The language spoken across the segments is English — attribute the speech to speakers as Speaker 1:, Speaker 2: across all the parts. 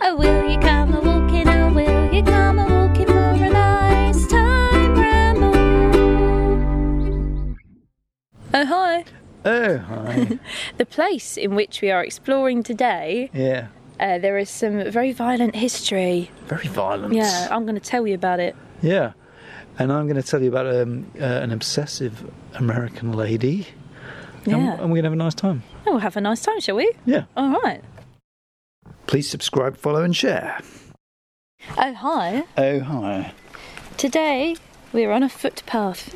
Speaker 1: Oh, will you come a walking? Oh, will you come a walking for a nice time ramble? Oh, hi.
Speaker 2: Oh, hi.
Speaker 1: The place in which we are exploring today,
Speaker 2: yeah.
Speaker 1: uh, there is some very violent history.
Speaker 2: Very violent.
Speaker 1: Yeah, I'm going to tell you about it.
Speaker 2: Yeah. And I'm going to tell you about um, uh, an obsessive American lady. And,
Speaker 1: Yeah.
Speaker 2: and we're going to have a nice time.
Speaker 1: Oh, we'll have a nice time, shall we?
Speaker 2: Yeah.
Speaker 1: All right.
Speaker 2: Please subscribe, follow, and share.
Speaker 1: Oh, hi.
Speaker 2: Oh, hi.
Speaker 1: Today, we're on a footpath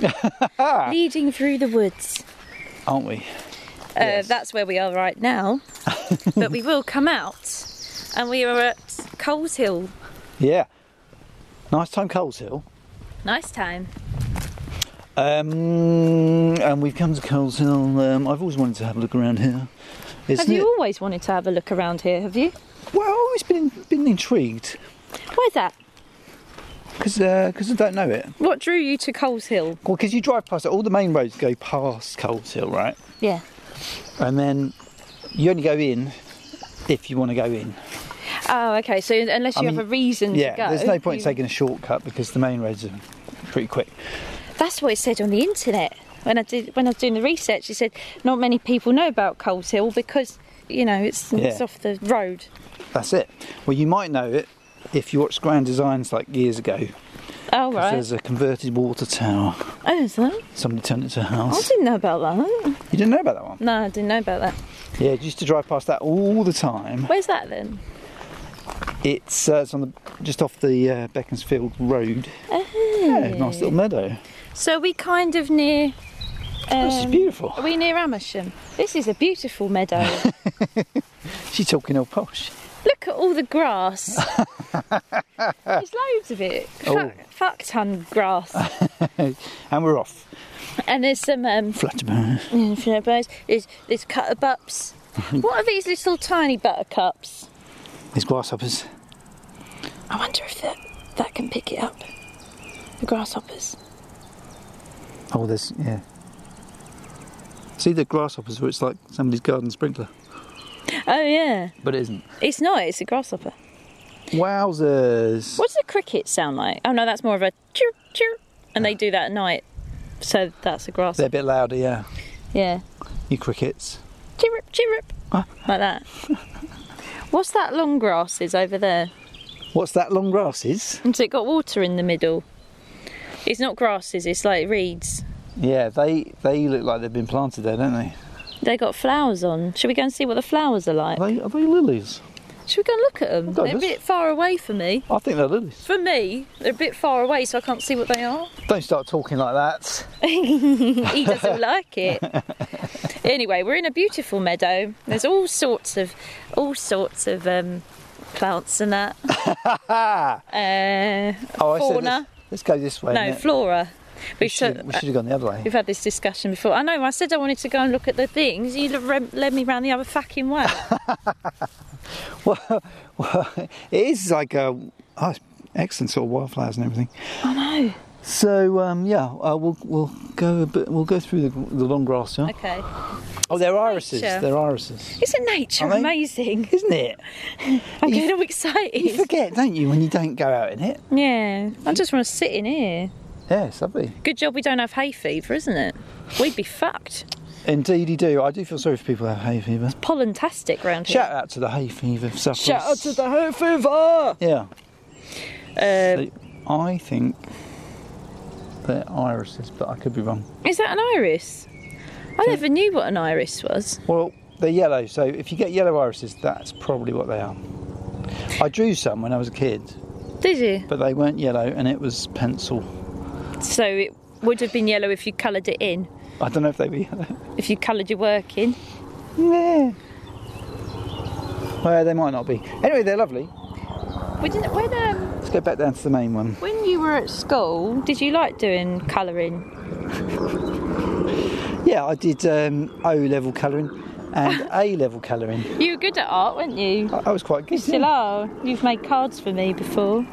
Speaker 1: leading through the woods.
Speaker 2: Aren't we?
Speaker 1: Uh,
Speaker 2: Yes.
Speaker 1: that's where we are right now. but we will come out and we are at Coles Hill.
Speaker 2: Yeah. Nice time, Coles Hill.
Speaker 1: Nice time.
Speaker 2: Um, and we've come to Coles Hill. Um, I've always wanted to have a look around here. Isn't
Speaker 1: have you
Speaker 2: it?
Speaker 1: always wanted to have a look around here, have you?
Speaker 2: Well, I've always been, been intrigued
Speaker 1: Why's that?
Speaker 2: because I don't know it.
Speaker 1: What drew you to Coles Hill?
Speaker 2: Well, because you drive past it, all the main roads go past Coles Hill, right?
Speaker 1: Yeah.
Speaker 2: and then you only go in if you want to go in.
Speaker 1: Oh, okay. So unless
Speaker 2: I
Speaker 1: you have
Speaker 2: mean,
Speaker 1: a reason
Speaker 2: yeah,
Speaker 1: to go.
Speaker 2: there's no point
Speaker 1: you-
Speaker 2: taking a shortcut because the main roads are pretty quick.
Speaker 1: That's what it said on the internet. When I did when I was doing the research, it said not many people know about Coles Hill because you know it's, it's
Speaker 2: Yeah.
Speaker 1: off the road.
Speaker 2: That's it. Well, you might know it if you watched Grand Designs like years ago. 'cause
Speaker 1: Oh right.
Speaker 2: There's a converted water tower.
Speaker 1: Oh, is that?
Speaker 2: Somebody turned it into a
Speaker 1: I
Speaker 2: house.
Speaker 1: didn't know about that.
Speaker 2: You didn't know about that one?
Speaker 1: No, I didn't know about that.
Speaker 2: Yeah, you used to drive past that all the time.
Speaker 1: Where's that then?
Speaker 2: It's, uh, it's on the just off the uh, Beaconsfield Road.
Speaker 1: Oh.
Speaker 2: Yeah, nice little meadow.
Speaker 1: So we kind of near. Um,
Speaker 2: This is beautiful.
Speaker 1: Are we near Amersham? This is a beautiful meadow.
Speaker 2: She's talking all posh.
Speaker 1: Look at all the grass. There's loads of it.
Speaker 2: Oh.
Speaker 1: Fuck, fuck ton grass.
Speaker 2: and we're off.
Speaker 1: and there's some um,
Speaker 2: Flutterby.
Speaker 1: infinite birds. There's, there's butterbups. what are these little tiny buttercups?
Speaker 2: These grasshoppers.
Speaker 1: I wonder if that, that can pick it up. The grasshoppers.
Speaker 2: Oh, there's yeah. See the grasshoppers where it's like somebody's garden sprinkler,
Speaker 1: Oh yeah,
Speaker 2: but it isn't.
Speaker 1: it's not. It's a grasshopper.
Speaker 2: Wowzers!
Speaker 1: What does a cricket sound like? Oh no, that's more of a chirp chirp, and they do that at night. So that's a
Speaker 2: They're
Speaker 1: grasshopper.
Speaker 2: a bit louder, yeah.
Speaker 1: Yeah.
Speaker 2: You crickets.
Speaker 1: chirrup chirrup
Speaker 2: Ah.
Speaker 1: like that what's that long grass is over there
Speaker 2: What's that long grass is?
Speaker 1: and so it got water in the middle it's not grasses it's like reeds
Speaker 2: Yeah, they they look like they've been planted there, don't they?
Speaker 1: they got flowers on should we go and see what the flowers are like
Speaker 2: Are they, are they lilies?
Speaker 1: should we go and look at them
Speaker 2: go on,
Speaker 1: they're a
Speaker 2: let's-
Speaker 1: bit far away for me
Speaker 2: I think they're lilies.
Speaker 1: for me they're a bit far away so i can't see what they are
Speaker 2: Don't start talking like that.
Speaker 1: he doesn't like it anyway we're in a beautiful meadow there's all sorts of all sorts of um plants and that
Speaker 2: Ah!
Speaker 1: uh
Speaker 2: Oh, I said
Speaker 1: fauna
Speaker 2: let's, let's go this way.
Speaker 1: no
Speaker 2: innit?
Speaker 1: flora
Speaker 2: we
Speaker 1: we
Speaker 2: should,
Speaker 1: should
Speaker 2: we should have gone the other way.
Speaker 1: We've had this discussion before. I know. I said I wanted to go and look at the things. You re- led me round the other fucking way.
Speaker 2: Well, well, it is like a oh, it's excellent sort of wildflowers and everything.
Speaker 1: I know.
Speaker 2: So um, yeah, uh, we'll we'll go a bit, we'll go through the, the long grass. Yeah?
Speaker 1: Okay.
Speaker 2: Oh, they're irises.
Speaker 1: Nature.
Speaker 2: They're irises,
Speaker 1: Isn't nature
Speaker 2: I mean-
Speaker 1: amazing?
Speaker 2: isn't it?
Speaker 1: I'm
Speaker 2: You-
Speaker 1: getting all
Speaker 2: You
Speaker 1: excited.
Speaker 2: forget, don't you, when you don't go out in it?
Speaker 1: Yeah. I just want to sit in here.
Speaker 2: Yeah, it's lovely.
Speaker 1: Good job we don't have hay fever, isn't it? We'd be fucked.
Speaker 2: Indeed, you do. I do feel sorry for people who have hay fever.
Speaker 1: Pollentastic round here.
Speaker 2: Shout out to the hay fever sufferers.
Speaker 1: the hay fever.
Speaker 2: yeah.
Speaker 1: Uh,
Speaker 2: They- I think they're irises, but I could be wrong.
Speaker 1: is that an iris? I never knew what an iris was.
Speaker 2: Well, they're yellow, so if you get yellow irises, that's probably what they are. I drew some when I was a kid,
Speaker 1: Did you?
Speaker 2: but they weren't yellow, and it was pencil.
Speaker 1: So it would have been yellow if you coloured it in.
Speaker 2: I don't know if they were yellow.
Speaker 1: If you coloured your work in.
Speaker 2: Yeah. Well, they might not be. Anyway, they're lovely.
Speaker 1: We didn't. When um,
Speaker 2: Let's go back down to the main one.
Speaker 1: When you were at school, did you like doing colouring?
Speaker 2: Yeah, I did um, O level colouring and A level colouring.
Speaker 1: You were good at art, weren't you?
Speaker 2: I I was quite good.
Speaker 1: Still
Speaker 2: yeah.
Speaker 1: are. You've made cards for me before.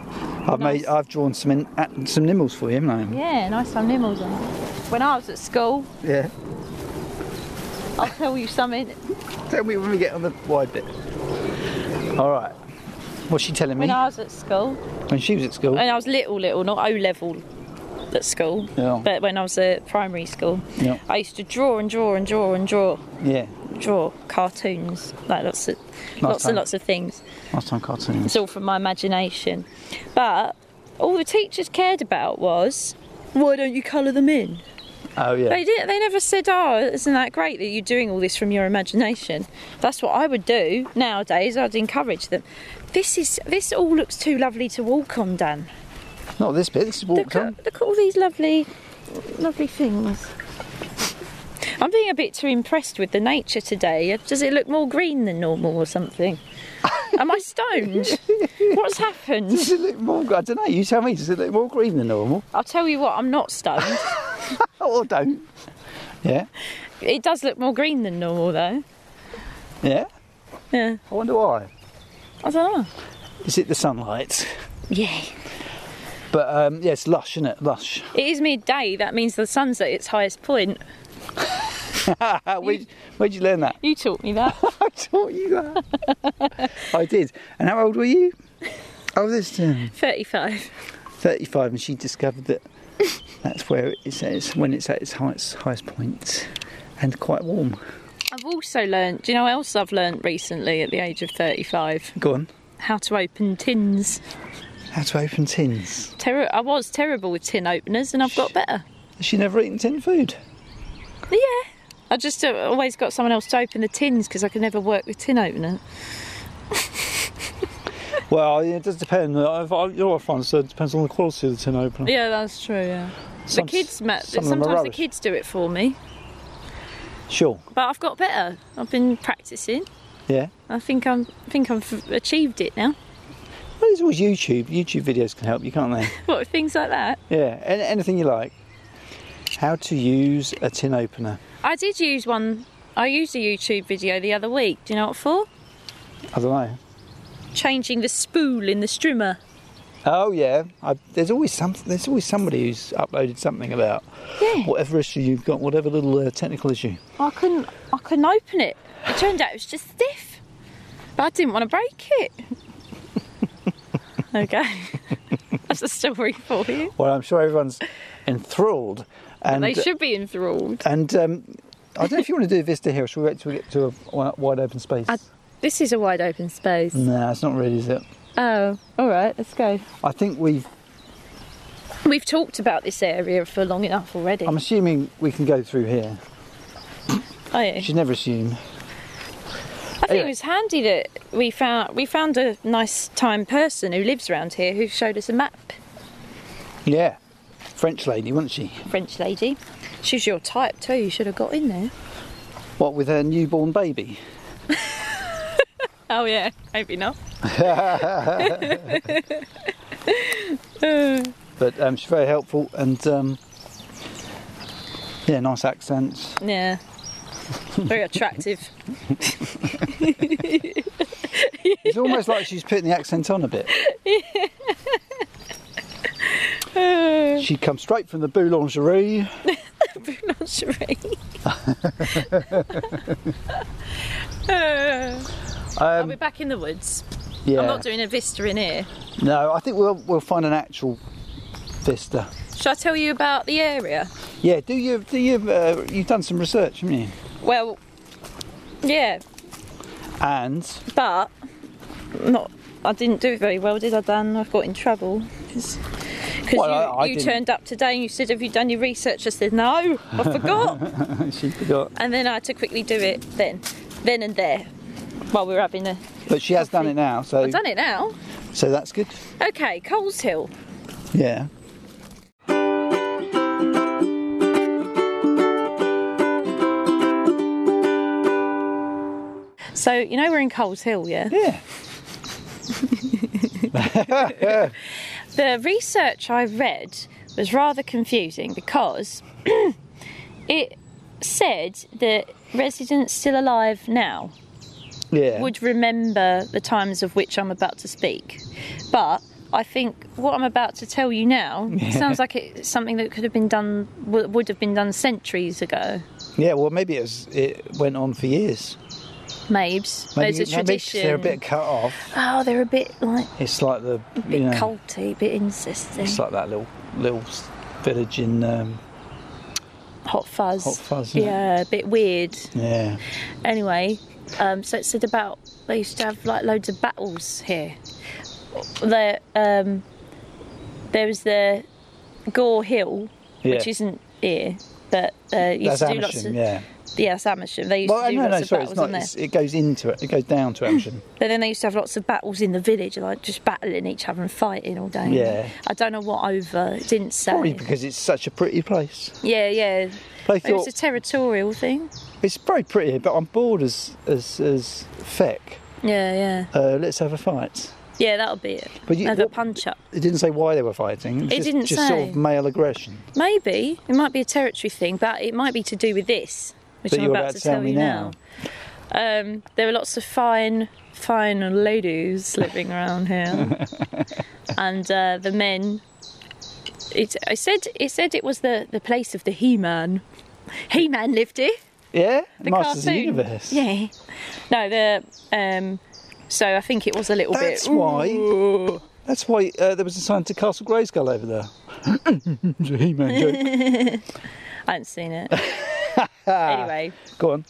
Speaker 2: I've made, I've drawn some in, uh, some nimbles for you, haven't
Speaker 1: Yeah, nice on them all done. When I was at school,
Speaker 2: I? Yeah.
Speaker 1: I'll tell you something.
Speaker 2: Tell me when we get on the wide bit. All right. What's she telling me?
Speaker 1: When I was at school,
Speaker 2: When she was at school.
Speaker 1: when I was little, little, not O level at school,
Speaker 2: Yeah.
Speaker 1: but when I was at primary school,
Speaker 2: Yeah.
Speaker 1: I used to draw and draw and draw and draw,
Speaker 2: Yeah.
Speaker 1: draw cartoons, like lots of, lots
Speaker 2: time.
Speaker 1: and lots of things.
Speaker 2: Last time cartoons.
Speaker 1: It's all from my imagination. But all the teachers cared about was, why don't you colour them in?
Speaker 2: Oh yeah.
Speaker 1: They didn't. They never said, "Oh, isn't that great that you're doing all this from your imagination?" That's what I would do nowadays. I'd encourage them. This is this all looks too lovely to walk on, Dan.
Speaker 2: Not this bit. This is
Speaker 1: Look
Speaker 2: walked on.
Speaker 1: at, look at all these lovely, lovely things. I'm being a bit too impressed with the nature today. Uh, Does it look more green than normal or something? Am I stoned? What's happened?
Speaker 2: Does it look more? I don't know. You tell me. Does it look more green than normal?
Speaker 1: I'll tell you what. I'm not stoned.
Speaker 2: Or Oh, don't? Yeah.
Speaker 1: It does look more green than normal, though.
Speaker 2: Yeah.
Speaker 1: Yeah.
Speaker 2: I wonder why.
Speaker 1: I don't know.
Speaker 2: Is it the sunlight?
Speaker 1: Yeah.
Speaker 2: But um, yeah, it's lush, isn't it? Lush.
Speaker 1: It is midday. That means the sun's at its highest point.
Speaker 2: Uh, Where'd, where'd you learn that?
Speaker 1: You taught me that.
Speaker 2: I taught you that. I did. And how old were you? I was just, um,
Speaker 1: 35.
Speaker 2: 35, and she discovered that that's where it's, it's when it's at its highest, highest point and quite warm.
Speaker 1: I've also learned, do you know what else I've learned recently at the age of 35?
Speaker 2: Go on.
Speaker 1: How to open tins.
Speaker 2: How to open tins.
Speaker 1: Terri I was terrible with tin openers and I've got better.
Speaker 2: Has she never eaten tin food?
Speaker 1: Yeah. I just uh, always got someone else to open the tins because I could never work with tin opener.
Speaker 2: Well, it does depend. I, I, you know what I find, so it depends on the quality of the tin opener.
Speaker 1: Yeah, that's true, yeah.
Speaker 2: Some-
Speaker 1: the kids, ma-
Speaker 2: some of them are
Speaker 1: sometimes the
Speaker 2: rubbish.
Speaker 1: kids do it for me,
Speaker 2: Sure.
Speaker 1: but I've got better. I've been practicing.
Speaker 2: Yeah.
Speaker 1: I think I'm, I think I've achieved it now.
Speaker 2: Well, there's always YouTube. YouTube videos can help you, can't they?
Speaker 1: What things like that?
Speaker 2: Yeah, an- anything you like. How to use a tin opener.
Speaker 1: I did use one. I used a YouTube video the other week. Do you know what for?
Speaker 2: I don't know.
Speaker 1: Changing the spool in the strimmer.
Speaker 2: Oh yeah, I, there's always some. There's always somebody who's uploaded something about
Speaker 1: Yeah.
Speaker 2: whatever issue you've got, whatever little uh, technical issue.
Speaker 1: I couldn't. I couldn't open it. It turned out it was just stiff, but I didn't want to break it. okay, that's a story for you.
Speaker 2: Well, I'm sure everyone's enthralled, and
Speaker 1: They should be enthralled.
Speaker 2: and um, I don't know if you want to do a vista here, or should we wait till we get to a wi- wide open space?
Speaker 1: I- This is a wide open space.
Speaker 2: No, it's not really, is it?
Speaker 1: Oh, all right. Let's go.
Speaker 2: I think we've.
Speaker 1: We've talked about this area for long enough already.
Speaker 2: I'm assuming we can go through here.
Speaker 1: Oh, yeah.
Speaker 2: You should never assume.
Speaker 1: I think
Speaker 2: Anyway.
Speaker 1: it was handy that we found we found a nice time person who lives around here who showed us a map.
Speaker 2: Yeah, French lady, wasn't she?
Speaker 1: French lady. She's your type too. You should have got in there.
Speaker 2: What with her newborn baby?
Speaker 1: Oh yeah, maybe not.
Speaker 2: But um, she's very helpful and um, yeah, nice accents.
Speaker 1: Yeah. Very attractive.
Speaker 2: It's almost like she's putting the accent on a bit. She comes straight from the boulangerie.
Speaker 1: Lingerie. I'll
Speaker 2: Um,
Speaker 1: be back in the woods.
Speaker 2: yeah.
Speaker 1: I'm not doing a vista in here.
Speaker 2: no, I think we'll we'll find an actual vista.
Speaker 1: Shall I tell you about the area?
Speaker 2: Yeah, do you do you uh, you've done some research, haven't you?
Speaker 1: Well, yeah,
Speaker 2: And
Speaker 1: but not. I didn't do very well, did I, Dan? I got in trouble because
Speaker 2: Well,
Speaker 1: you,
Speaker 2: I- I
Speaker 1: you
Speaker 2: didn't.
Speaker 1: turned up today and you said, "Have you done your research?" I said, "No, I forgot,"
Speaker 2: she forgot,
Speaker 1: and then I had to quickly do it then, then and there, while we were having a.
Speaker 2: but she has done it now, so
Speaker 1: I've done it now.
Speaker 2: so that's good.
Speaker 1: Okay, Coles Hill.
Speaker 2: Yeah.
Speaker 1: So you know we're in Coles Hill, yeah.
Speaker 2: Yeah.
Speaker 1: The research I read was rather confusing because it said that residents still alive now
Speaker 2: Yeah.
Speaker 1: would remember the times of which I'm about to speak. But I think what I'm about to tell you now sounds like it's something that could have been done, w- would have been done centuries ago.
Speaker 2: Yeah, well, maybe it, was, it went on for years.
Speaker 1: Mabes. There's
Speaker 2: Maybe,
Speaker 1: a
Speaker 2: maybe 'cause
Speaker 1: tradition.
Speaker 2: they're a bit cut off.
Speaker 1: Oh, they're a bit like
Speaker 2: It's like the
Speaker 1: a bit
Speaker 2: you know,
Speaker 1: culty, a bit incesty.
Speaker 2: it's like that little little s- village in um,
Speaker 1: hot fuzz.
Speaker 2: Hot Fuzz, isn't it?
Speaker 1: Yeah, a bit weird.
Speaker 2: yeah.
Speaker 1: Anyway, um, so it said about they used to have like loads of battles here. There, um, there was the Gore Hill,
Speaker 2: Yeah.
Speaker 1: which isn't here, but uh, used
Speaker 2: That's
Speaker 1: to do lots of
Speaker 2: Amersham, yeah.
Speaker 1: yeah, that's Amersham. They used
Speaker 2: Well,
Speaker 1: to do
Speaker 2: no,
Speaker 1: lots
Speaker 2: no,
Speaker 1: of
Speaker 2: sorry, it's
Speaker 1: battles
Speaker 2: not.
Speaker 1: on there.
Speaker 2: It's, it goes into it. It goes down to Amersham.
Speaker 1: But then they used to have lots of battles in the village, like just battling each other and fighting all day.
Speaker 2: Yeah.
Speaker 1: I don't know what over. It didn't say.
Speaker 2: Probably because it's such a pretty place.
Speaker 1: Yeah, yeah.
Speaker 2: They
Speaker 1: Oh, It was
Speaker 2: thought
Speaker 1: a territorial thing.
Speaker 2: it's very pretty, but I'm bored as as as feck.
Speaker 1: Yeah, yeah.
Speaker 2: Uh, let's have a fight.
Speaker 1: Yeah, that'll be it.
Speaker 2: But you-
Speaker 1: Have a
Speaker 2: what-
Speaker 1: punch up.
Speaker 2: It didn't say why they were fighting. It, was
Speaker 1: It
Speaker 2: just,
Speaker 1: didn't
Speaker 2: just sort
Speaker 1: say.
Speaker 2: of male aggression.
Speaker 1: Maybe. It might be a territory thing, but it might be to do with this, which
Speaker 2: That
Speaker 1: I'm
Speaker 2: you're
Speaker 1: about, to tell,
Speaker 2: me
Speaker 1: you now. Um, there were lots of fine, fine ladies living around here. and uh, the men. It, I said it said it was the, the place of the He Man. He Man lived here.
Speaker 2: Yeah,
Speaker 1: The
Speaker 2: Masters
Speaker 1: cartoon.
Speaker 2: of the Universe.
Speaker 1: Yeah. No, the. Um, so I think it was a little
Speaker 2: That's
Speaker 1: bit. "Mm,
Speaker 2: why- That's why uh, there was a sign to Castle Grayskull over there. It's a He-Man joke.
Speaker 1: I hadn't seen it. anyway,
Speaker 2: Ah, Go on.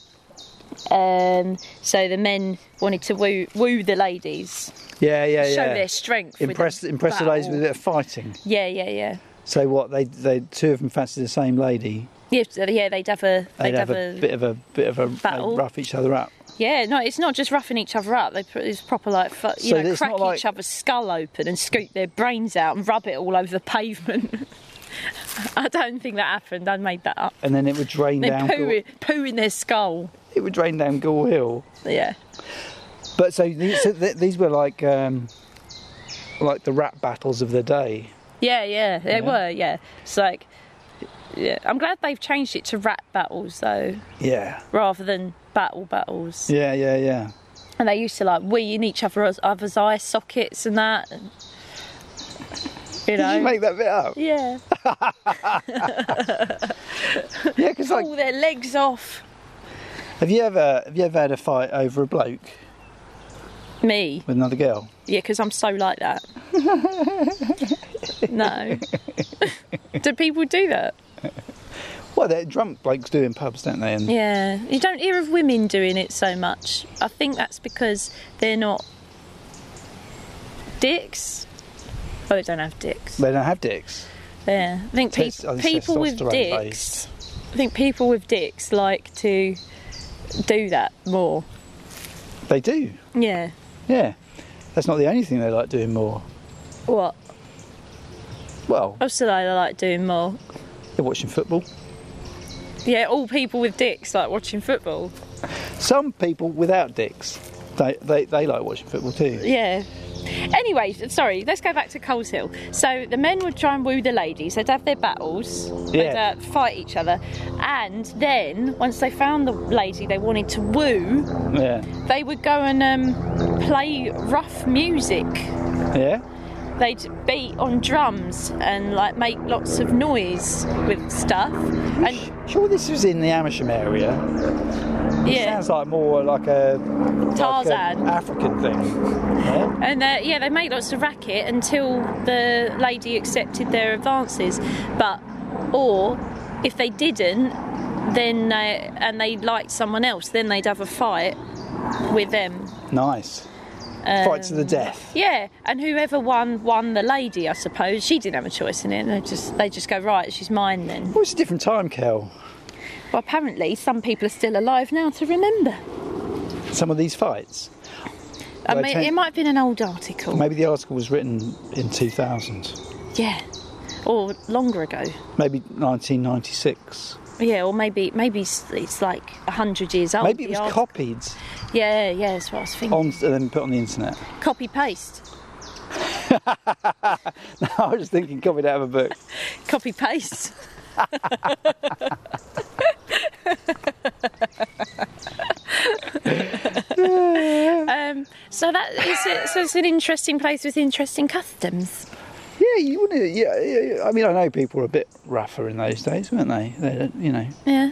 Speaker 1: um, so the men wanted to woo, woo the ladies,
Speaker 2: Yeah, yeah, yeah.
Speaker 1: show their strength. with
Speaker 2: Impress,
Speaker 1: the
Speaker 2: impress the ladies with a
Speaker 1: battle.
Speaker 2: bit of fighting.
Speaker 1: Yeah, yeah, yeah.
Speaker 2: So what? They, they two of them fancied the same lady.
Speaker 1: Yeah, so- yeah, they'd have a,
Speaker 2: They'd, have, a, bit of a bit of a they'd
Speaker 1: battle.
Speaker 2: rough each other up.
Speaker 1: yeah. No, it's not just roughing each other up. They pr- it's proper like fu- you
Speaker 2: So
Speaker 1: know
Speaker 2: it's
Speaker 1: crack
Speaker 2: not like-
Speaker 1: each other's skull open and scoop their brains out and rub it all over the pavement. I don't think that happened. I made that up.
Speaker 2: and then it would drain
Speaker 1: They
Speaker 2: down.
Speaker 1: poo,
Speaker 2: Gore,
Speaker 1: poo in their skull.
Speaker 2: it would drain down Gore Hill.
Speaker 1: Yeah.
Speaker 2: But so these, so th- these were like um, like the rap battles of the day.
Speaker 1: Yeah, yeah, they
Speaker 2: Yeah.
Speaker 1: were. Yeah, it's like, yeah. I'm glad they've changed it to rap battles though,
Speaker 2: Yeah,
Speaker 1: rather than battle battles.
Speaker 2: yeah, yeah, yeah.
Speaker 1: And they used to like wee in each other's other's eye sockets and that. And, you
Speaker 2: Did
Speaker 1: know.
Speaker 2: you make that bit up?
Speaker 1: yeah.
Speaker 2: Yeah, because like,
Speaker 1: Pull their legs off.
Speaker 2: have you ever have you ever had a fight over a bloke
Speaker 1: Me.
Speaker 2: with another girl?
Speaker 1: Yeah, because I'm so like that. no. do people do that?
Speaker 2: Well, they're drunk blokes do in pubs, don't they? And
Speaker 1: Yeah, you don't hear of women doing it so much. I think that's because they're not dicks. Oh, they don't have dicks.
Speaker 2: they don't have dicks.
Speaker 1: Yeah, I think peop
Speaker 2: Test- I think
Speaker 1: people with
Speaker 2: oh, testosterone
Speaker 1: dicks. I think people with dicks like to do that more.
Speaker 2: They do.
Speaker 1: Yeah.
Speaker 2: Yeah, that's not the only thing they like doing more.
Speaker 1: What?
Speaker 2: Well,
Speaker 1: Else do they like doing more?
Speaker 2: they're watching football.
Speaker 1: Yeah, all people with dicks like watching football.
Speaker 2: Some people without dicks, they they, they like watching football too.
Speaker 1: Yeah. Anyway, sorry, let's go back to Coles Hill. So the men would try and woo the ladies, they'd have their battles, they'd
Speaker 2: Yeah.
Speaker 1: uh, fight each other, and then once they found the lady they wanted to woo,
Speaker 2: Yeah,
Speaker 1: they would go and um, play rough music.
Speaker 2: yeah.
Speaker 1: They'd beat on drums and like make lots of noise with stuff. And
Speaker 2: Sure, this was in the Amersham area. It
Speaker 1: yeah,
Speaker 2: sounds like more like a like a
Speaker 1: Tarzan.
Speaker 2: African thing. Yeah?
Speaker 1: And uh, yeah, they made lots of racket until the lady accepted their advances. But, or if they didn't, then they, and they liked someone else, then they'd have a fight with them.
Speaker 2: Nice.
Speaker 1: Um,
Speaker 2: Fight to the death.
Speaker 1: Yeah, and whoever won won the lady, I suppose. She didn't have a choice in it. They just they just go right, she's mine then.
Speaker 2: Well, it's a different time, Kel.
Speaker 1: Well, apparently some people are still alive now to remember.
Speaker 2: Some of these fights.
Speaker 1: I
Speaker 2: Well,
Speaker 1: mean,
Speaker 2: ten-
Speaker 1: it might have been an old article.
Speaker 2: Maybe the article was written in 2000,
Speaker 1: Yeah, or longer ago.
Speaker 2: maybe 1996.
Speaker 1: Yeah, or maybe maybe it's, it's like hundred years old.
Speaker 2: maybe it
Speaker 1: the
Speaker 2: was Oh.
Speaker 1: art-
Speaker 2: copied
Speaker 1: Yeah, yeah, that's what I was thinking.
Speaker 2: on and then put on the internet.
Speaker 1: Copy paste,
Speaker 2: I was thinking copied out of a book.
Speaker 1: copy paste. um, so that is a, so it's an interesting place with interesting customs.
Speaker 2: Yeah, you wouldn't. e, Yeah, yeah, yeah. I mean, I know people were a bit rougher in those days, weren't they? They, don't- you know,
Speaker 1: Yeah,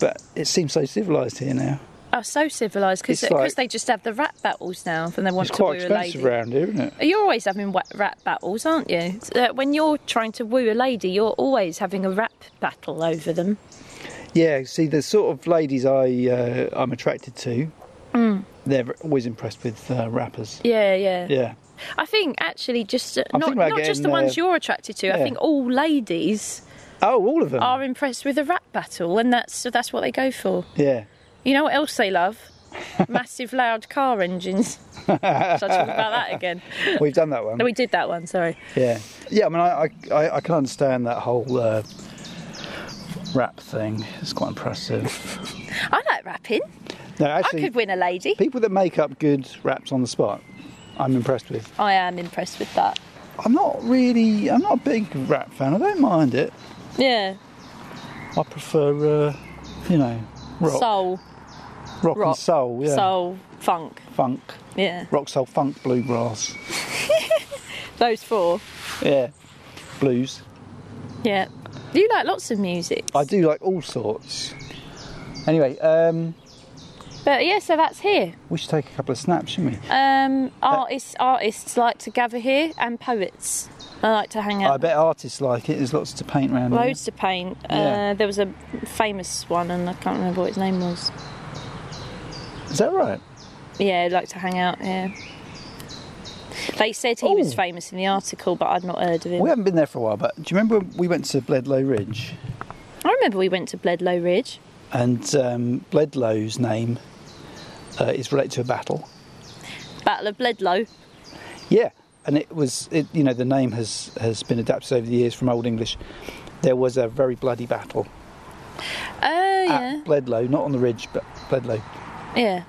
Speaker 2: but it seems so civilized here now.
Speaker 1: are so civilised because
Speaker 2: It's like-
Speaker 1: they just have the rat battles now and they want
Speaker 2: It's
Speaker 1: to
Speaker 2: quite
Speaker 1: woo a
Speaker 2: expensive
Speaker 1: lady.
Speaker 2: around here, isn't it?
Speaker 1: You're always having wa- rap battles, aren't you? Uh, when you're trying to woo a lady, you're always having a rap battle over them.
Speaker 2: Yeah, see, the sort of ladies I uh, I'm attracted to,
Speaker 1: Mm.
Speaker 2: they're always impressed with uh, rappers.
Speaker 1: Yeah, yeah.
Speaker 2: Yeah,
Speaker 1: I think actually, just uh,
Speaker 2: I'm
Speaker 1: not,
Speaker 2: thinking about
Speaker 1: not just
Speaker 2: getting,
Speaker 1: the ones
Speaker 2: uh,
Speaker 1: you're attracted to. I
Speaker 2: yeah.
Speaker 1: think all ladies
Speaker 2: Oh, all of them.
Speaker 1: are impressed with a rap battle, and that's so that's what they go for.
Speaker 2: yeah.
Speaker 1: You know what else they love? Massive, loud car engines. Should I talk about that again?
Speaker 2: We've done that one.
Speaker 1: No, we did that one. Sorry.
Speaker 2: Yeah, yeah. I mean, I I- I, I can understand that whole uh, rap thing. It's quite impressive.
Speaker 1: I like rapping.
Speaker 2: No,
Speaker 1: I
Speaker 2: actually,
Speaker 1: could win a lady.
Speaker 2: people that make up good raps on the spot, I'm impressed with.
Speaker 1: I am impressed with that.
Speaker 2: I'm not really. I'm not a big rap fan. I don't mind it.
Speaker 1: Yeah.
Speaker 2: I prefer, uh, you know, rock,
Speaker 1: Soul,
Speaker 2: rock,
Speaker 1: rock,
Speaker 2: and soul. Yeah,
Speaker 1: soul, funk.
Speaker 2: funk,
Speaker 1: Yeah.
Speaker 2: rock, soul, funk, bluegrass.
Speaker 1: Those four.
Speaker 2: Yeah, blues.
Speaker 1: Yeah. You like lots of music.
Speaker 2: I do like all sorts. Anyway, um,
Speaker 1: But yeah, so that's here.
Speaker 2: we should take a couple of snaps, shouldn't we?
Speaker 1: Um, artists artists like to gather here and poets. I like to hang out.
Speaker 2: I bet artists like it. There's lots to paint around here.
Speaker 1: Loads to paint.
Speaker 2: Yeah.
Speaker 1: Uh, there was a famous one and I can't remember what his name was.
Speaker 2: Is that right?
Speaker 1: Yeah, I'd like to hang out here. They said he was
Speaker 2: Ooh.
Speaker 1: famous in the article, but I'd not heard of him.
Speaker 2: We haven't been there for a while, but do you remember when we went to Bledlow Ridge?
Speaker 1: I remember we went to Bledlow Ridge.
Speaker 2: And um, Bledlow's name uh, is related to a battle.
Speaker 1: Battle of Bledlow.
Speaker 2: Yeah, and it was, it, you know, the name has, has been adapted over the years from Old English. There was a very bloody battle
Speaker 1: Oh, yeah.
Speaker 2: at Bledlow, not on the ridge, but Bledlow.
Speaker 1: yeah.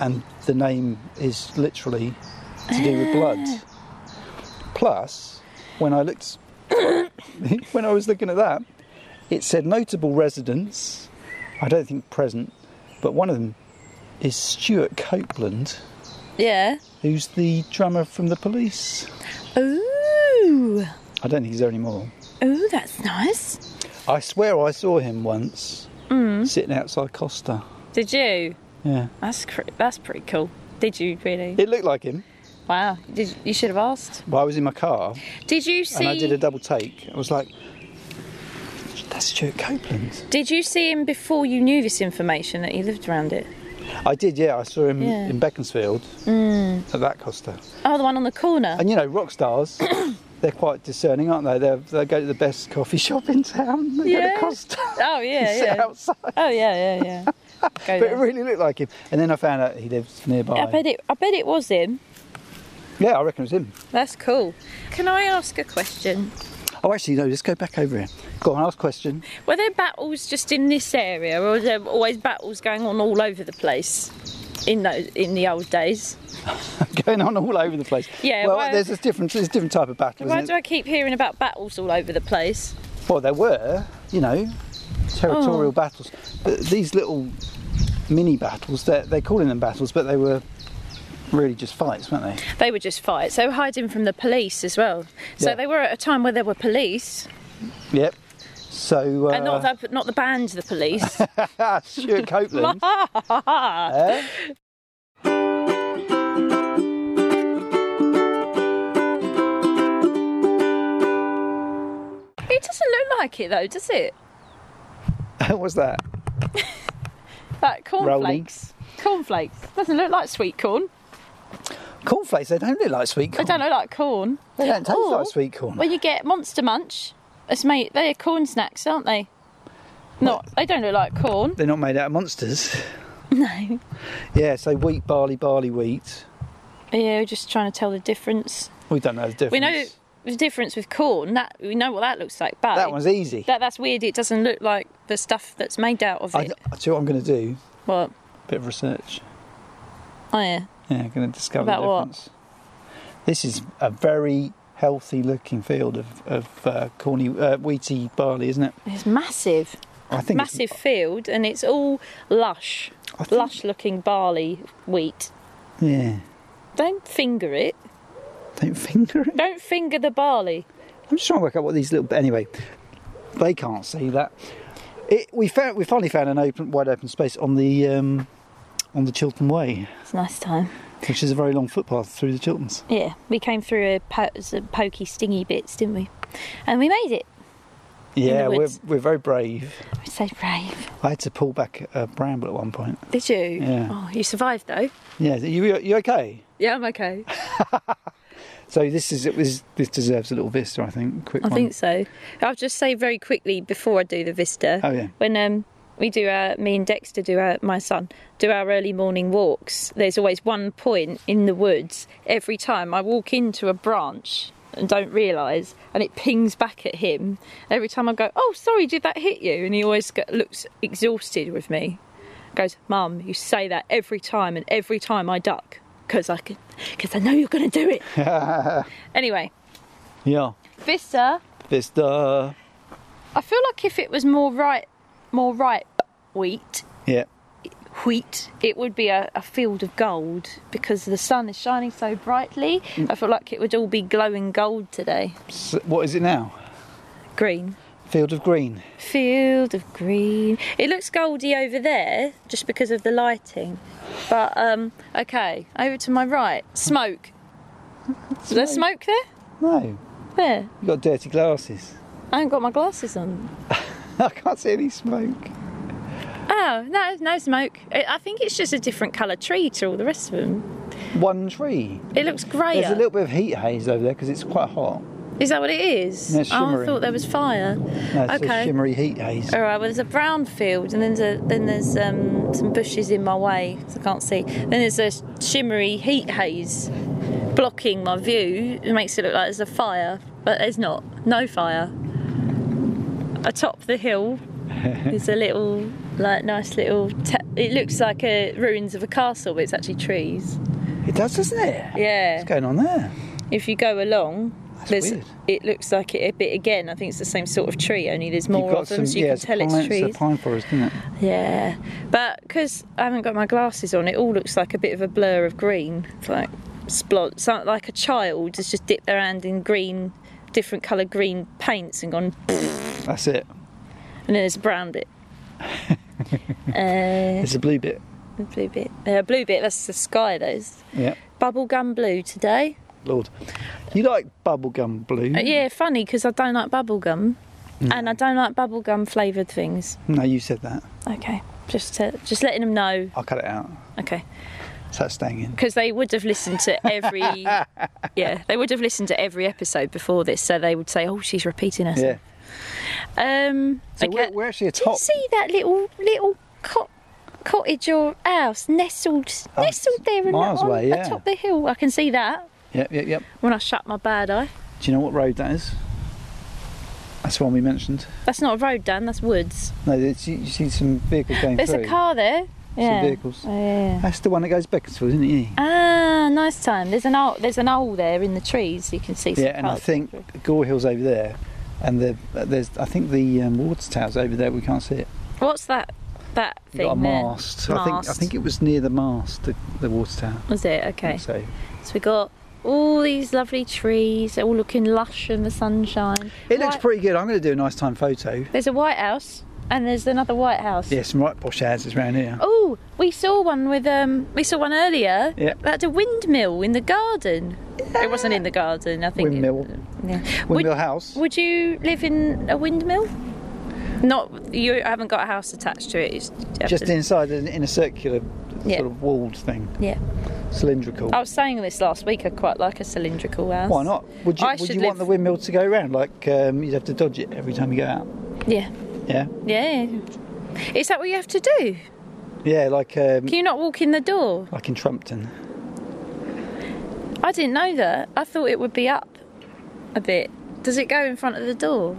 Speaker 2: And the name is literally to do with blood. Plus, when I looked, when I was looking at that, it said notable residents. I don't think present, but one of them is Stuart Copeland,
Speaker 1: Yeah.
Speaker 2: who's the drummer from the Police.
Speaker 1: Ooh.
Speaker 2: I don't think he's there anymore.
Speaker 1: Ooh, that's nice.
Speaker 2: I swear I saw him once sitting outside Costa.
Speaker 1: Did you?
Speaker 2: Yeah,
Speaker 1: That's cr- that's pretty cool. Did you really?
Speaker 2: it looked like him.
Speaker 1: Wow. Did you should have asked.
Speaker 2: But I was in my car
Speaker 1: Did you see?
Speaker 2: and I did a double take. I was like, "That's Stuart Copeland."
Speaker 1: Did you see him before you knew this information that he lived around it?
Speaker 2: I did, yeah. I saw him
Speaker 1: Yeah. Mm.
Speaker 2: in Beaconsfield at that Costa.
Speaker 1: Oh, the one on the corner.
Speaker 2: And you know, rock stars, they're quite discerning, aren't they? They're, they go to the best coffee shop in town. They go
Speaker 1: Yeah.
Speaker 2: to Costa.
Speaker 1: Oh yeah,
Speaker 2: sit
Speaker 1: yeah.
Speaker 2: outside.
Speaker 1: Oh yeah, yeah, yeah. Go
Speaker 2: But it
Speaker 1: there.
Speaker 2: really looked like him. And then I found out he lives nearby.
Speaker 1: I bet it. I bet it was him.
Speaker 2: Yeah, I reckon it was him.
Speaker 1: That's cool. Can I ask a question?
Speaker 2: Oh, actually, no, let's go back over here. Go on, ask question.
Speaker 1: Were there battles just in this area, or were there always battles going on all over the place in those in the old days?
Speaker 2: going on all over the place.
Speaker 1: Yeah,
Speaker 2: Well,
Speaker 1: well-
Speaker 2: there's a different, there's a different type of battle,
Speaker 1: Why
Speaker 2: isn't
Speaker 1: do
Speaker 2: it?
Speaker 1: I keep hearing about battles all over the place?
Speaker 2: Well, there were, you know,
Speaker 1: Oh.
Speaker 2: territorial battles. But these little mini battles, they're, they're calling them battles, but they were really just fights, weren't they?
Speaker 1: They were just fights. They were hiding from the police as well. So
Speaker 2: Yeah.
Speaker 1: they were at a time where there were police,
Speaker 2: Yep. So, uh,
Speaker 1: and not the not the band, the police.
Speaker 2: Stuart Copeland. eh?
Speaker 1: It doesn't look like it though, does it?
Speaker 2: What's that?
Speaker 1: Like
Speaker 2: Rolling.
Speaker 1: cornflakes. Cornflakes. Doesn't look like sweet corn.
Speaker 2: Cornflakes, they don't look like sweet
Speaker 1: They
Speaker 2: corn.
Speaker 1: don't Oh. look like corn.
Speaker 2: They don't taste
Speaker 1: Or-
Speaker 2: like sweet corn.
Speaker 1: Well, you get Monster Munch. It's made. They're corn snacks, aren't they? Not. They don't look like corn.
Speaker 2: They're not made out of monsters.
Speaker 1: No.
Speaker 2: Yeah, so wheat, barley, barley, wheat.
Speaker 1: Yeah, we're just trying to tell the difference.
Speaker 2: We don't know the difference.
Speaker 1: We know the difference with corn. That we know what that looks like, but
Speaker 2: That one's easy.
Speaker 1: that, that's weird. It doesn't look like the stuff that's made out of
Speaker 2: I,
Speaker 1: it.
Speaker 2: I tell you what I'm going to do.
Speaker 1: What?
Speaker 2: Bit of research.
Speaker 1: Oh yeah.
Speaker 2: Yeah, I'm going to discover the
Speaker 1: About what?
Speaker 2: difference. This is a very healthy looking field of, of uh, corny, uh, wheaty barley, isn't it?
Speaker 1: It's massive,
Speaker 2: I think it's-
Speaker 1: massive field, and it's all lush,
Speaker 2: I think-
Speaker 1: lush-looking barley wheat.
Speaker 2: yeah.
Speaker 1: Don't finger it.
Speaker 2: Don't finger it.
Speaker 1: Don't finger the barley.
Speaker 2: I'm just trying to work out what these little. Anyway, they can't see that. It, we found we finally found an open, wide open space on the um, on the Chiltern Way,
Speaker 1: It's a nice time.
Speaker 2: which is a very long footpath through the Chilterns.
Speaker 1: Yeah, we came through a po- some pokey, stingy bits, didn't we? And we made it.
Speaker 2: Yeah, we're,
Speaker 1: woods.
Speaker 2: we're very brave.
Speaker 1: We're so brave.
Speaker 2: I had to pull back a bramble at one point.
Speaker 1: Did you?
Speaker 2: Yeah.
Speaker 1: Oh, you survived though.
Speaker 2: Yeah, you, you you okay?
Speaker 1: Yeah, I'm okay.
Speaker 2: So this is it was this deserves a little vista, I think. Quick
Speaker 1: I
Speaker 2: one.
Speaker 1: think so. I'll just say very quickly before I do the Vista.
Speaker 2: Oh, yeah.
Speaker 1: When um we do our me and Dexter do our my son do our early morning walks. There's always one point in the woods every time I walk into a branch and don't realise, and it pings back at him every time I go. Oh, sorry, did that hit you? And he always go- looks exhausted with me. Goes, Mum, you say that every time, and every time I duck because I can, because I know you're going to do it. anyway,
Speaker 2: Yeah,
Speaker 1: Vista.
Speaker 2: vista.
Speaker 1: I feel like if it was more right, more ripe wheat,
Speaker 2: Yeah,
Speaker 1: wheat, it would be a, a field of gold because the sun is shining so brightly. I feel like it would all be glowing gold today.
Speaker 2: so, what is it now?
Speaker 1: Green.
Speaker 2: Field of green.
Speaker 1: Field of green. It looks goldy over there just because of the lighting. But um okay, over to my right. Smoke. Is there smoke there?
Speaker 2: No, you
Speaker 1: Where?
Speaker 2: have got dirty glasses.
Speaker 1: I haven't got my glasses on.
Speaker 2: I can't see any smoke.
Speaker 1: Oh, no, no smoke. I I think it's just a different colour tree to all the rest of them.
Speaker 2: One tree.
Speaker 1: It looks grey.
Speaker 2: There's a little bit of heat haze over there because it's quite hot.
Speaker 1: Is that what it is?
Speaker 2: Yeah, it's
Speaker 1: oh, I
Speaker 2: shimmering.
Speaker 1: thought there was fire.
Speaker 2: No, it's a
Speaker 1: Okay. Er.
Speaker 2: shimmery heat haze.
Speaker 1: All right. Well, there's a brown field, and then there's, a, then there's um, some bushes in my way, so I can't see. Then there's a shimmery heat haze blocking my view. It makes it look like there's a fire, but there's not. No fire. Atop the hill, there's a little, like, nice little. Te- it looks like a ruins of a castle, but it's actually trees.
Speaker 2: It does, doesn't it?
Speaker 1: Yeah.
Speaker 2: What's going on there?
Speaker 1: If you go along, there's,
Speaker 2: weird.
Speaker 1: it looks like it a bit again. I think it's the same sort of tree, only there's
Speaker 2: You've
Speaker 1: more
Speaker 2: got
Speaker 1: of them, so you
Speaker 2: yeah,
Speaker 1: can tell
Speaker 2: pine,
Speaker 1: it's trees.
Speaker 2: a pine forest, isn't it?
Speaker 1: Yeah, but because I haven't got my glasses on, it all looks like a bit of a blur of green. It's like splot, so- like a child has just dipped their hand in green, different colour green paints and gone, and
Speaker 2: That's it.
Speaker 1: then it's brown bit. uh,
Speaker 2: It's a blue bit.
Speaker 1: blue bit, uh, blue bit. That's the sky. Those
Speaker 2: Yeah.
Speaker 1: bubblegum blue today.
Speaker 2: Lord. You like bubblegum blue?
Speaker 1: Uh, yeah, funny because I don't like bubblegum, and I don't like bubblegum flavoured things.
Speaker 2: No, you said that.
Speaker 1: Okay, just uh, just letting them know.
Speaker 2: I'll cut it out.
Speaker 1: Okay.
Speaker 2: So that's staying in.
Speaker 1: because they would have listened to every yeah they would have listened to every episode before this so they would say oh she's repeating us
Speaker 2: Yeah.
Speaker 1: um
Speaker 2: So
Speaker 1: okay.
Speaker 2: we're, we're actually
Speaker 1: do you
Speaker 2: atop.
Speaker 1: see that little little cot, cottage or house nestled nestled there in the,
Speaker 2: Oh, miles
Speaker 1: on,
Speaker 2: away, yeah.
Speaker 1: atop the hill i can see that
Speaker 2: Yep, yep, yep.
Speaker 1: when i shut my bad eye
Speaker 2: Do you know what road that is? That's the one we mentioned.
Speaker 1: that's not a road dan that's woods
Speaker 2: No, it's, you, you see some vehicles going
Speaker 1: there's
Speaker 2: through.
Speaker 1: a car there yeah
Speaker 2: vehicles.
Speaker 1: Oh, yeah
Speaker 2: That's the one that goes Beaconsfield, isn't it?
Speaker 1: ah nice time there's an owl there's an owl there in the trees you can see some
Speaker 2: Yeah, and I
Speaker 1: cars
Speaker 2: think
Speaker 1: going
Speaker 2: Gore Hill's over there, and the, uh, there's I think the um, Wards Tower's over there. We can't see it.
Speaker 1: through. what's that that
Speaker 2: We've
Speaker 1: thing
Speaker 2: got a
Speaker 1: there?
Speaker 2: mast. I think I
Speaker 1: Mast.
Speaker 2: think it was near the mast, the, the Wards Tower.
Speaker 1: was it okay
Speaker 2: So
Speaker 1: So we got all these lovely trees, they're all looking lush in the sunshine.
Speaker 2: it looks
Speaker 1: White-
Speaker 2: pretty good. I'm going to do a nice time photo.
Speaker 1: There's a White House and there's another White House.
Speaker 2: Yeah, some right posh houses around here.
Speaker 1: Oh, we saw one with um, we saw one earlier.
Speaker 2: Yeah.
Speaker 1: That had a windmill in the garden. It wasn't in the garden, I think. it-
Speaker 2: Windmill.
Speaker 1: yeah.
Speaker 2: Windmill
Speaker 1: Would,
Speaker 2: House.
Speaker 1: would you live in a windmill? Not you haven't got a house attached to it. It's
Speaker 2: Just inside in, in a circular
Speaker 1: Yeah.
Speaker 2: sort of walled thing,
Speaker 1: Yeah.
Speaker 2: cylindrical.
Speaker 1: I was saying this last week. I quite like a cylindrical house.
Speaker 2: Why not? Would you
Speaker 1: I
Speaker 2: would
Speaker 1: should
Speaker 2: you want
Speaker 1: live-
Speaker 2: the windmill to go round? Like um, you'd have to dodge it every time you go out.
Speaker 1: Yeah.
Speaker 2: Yeah,
Speaker 1: Yeah. Is that what you have to do?
Speaker 2: yeah, like um,
Speaker 1: Can you not walk in the door?
Speaker 2: like in Trumpton.
Speaker 1: I didn't know that. I thought it would be up a bit. Does it go in front of the door?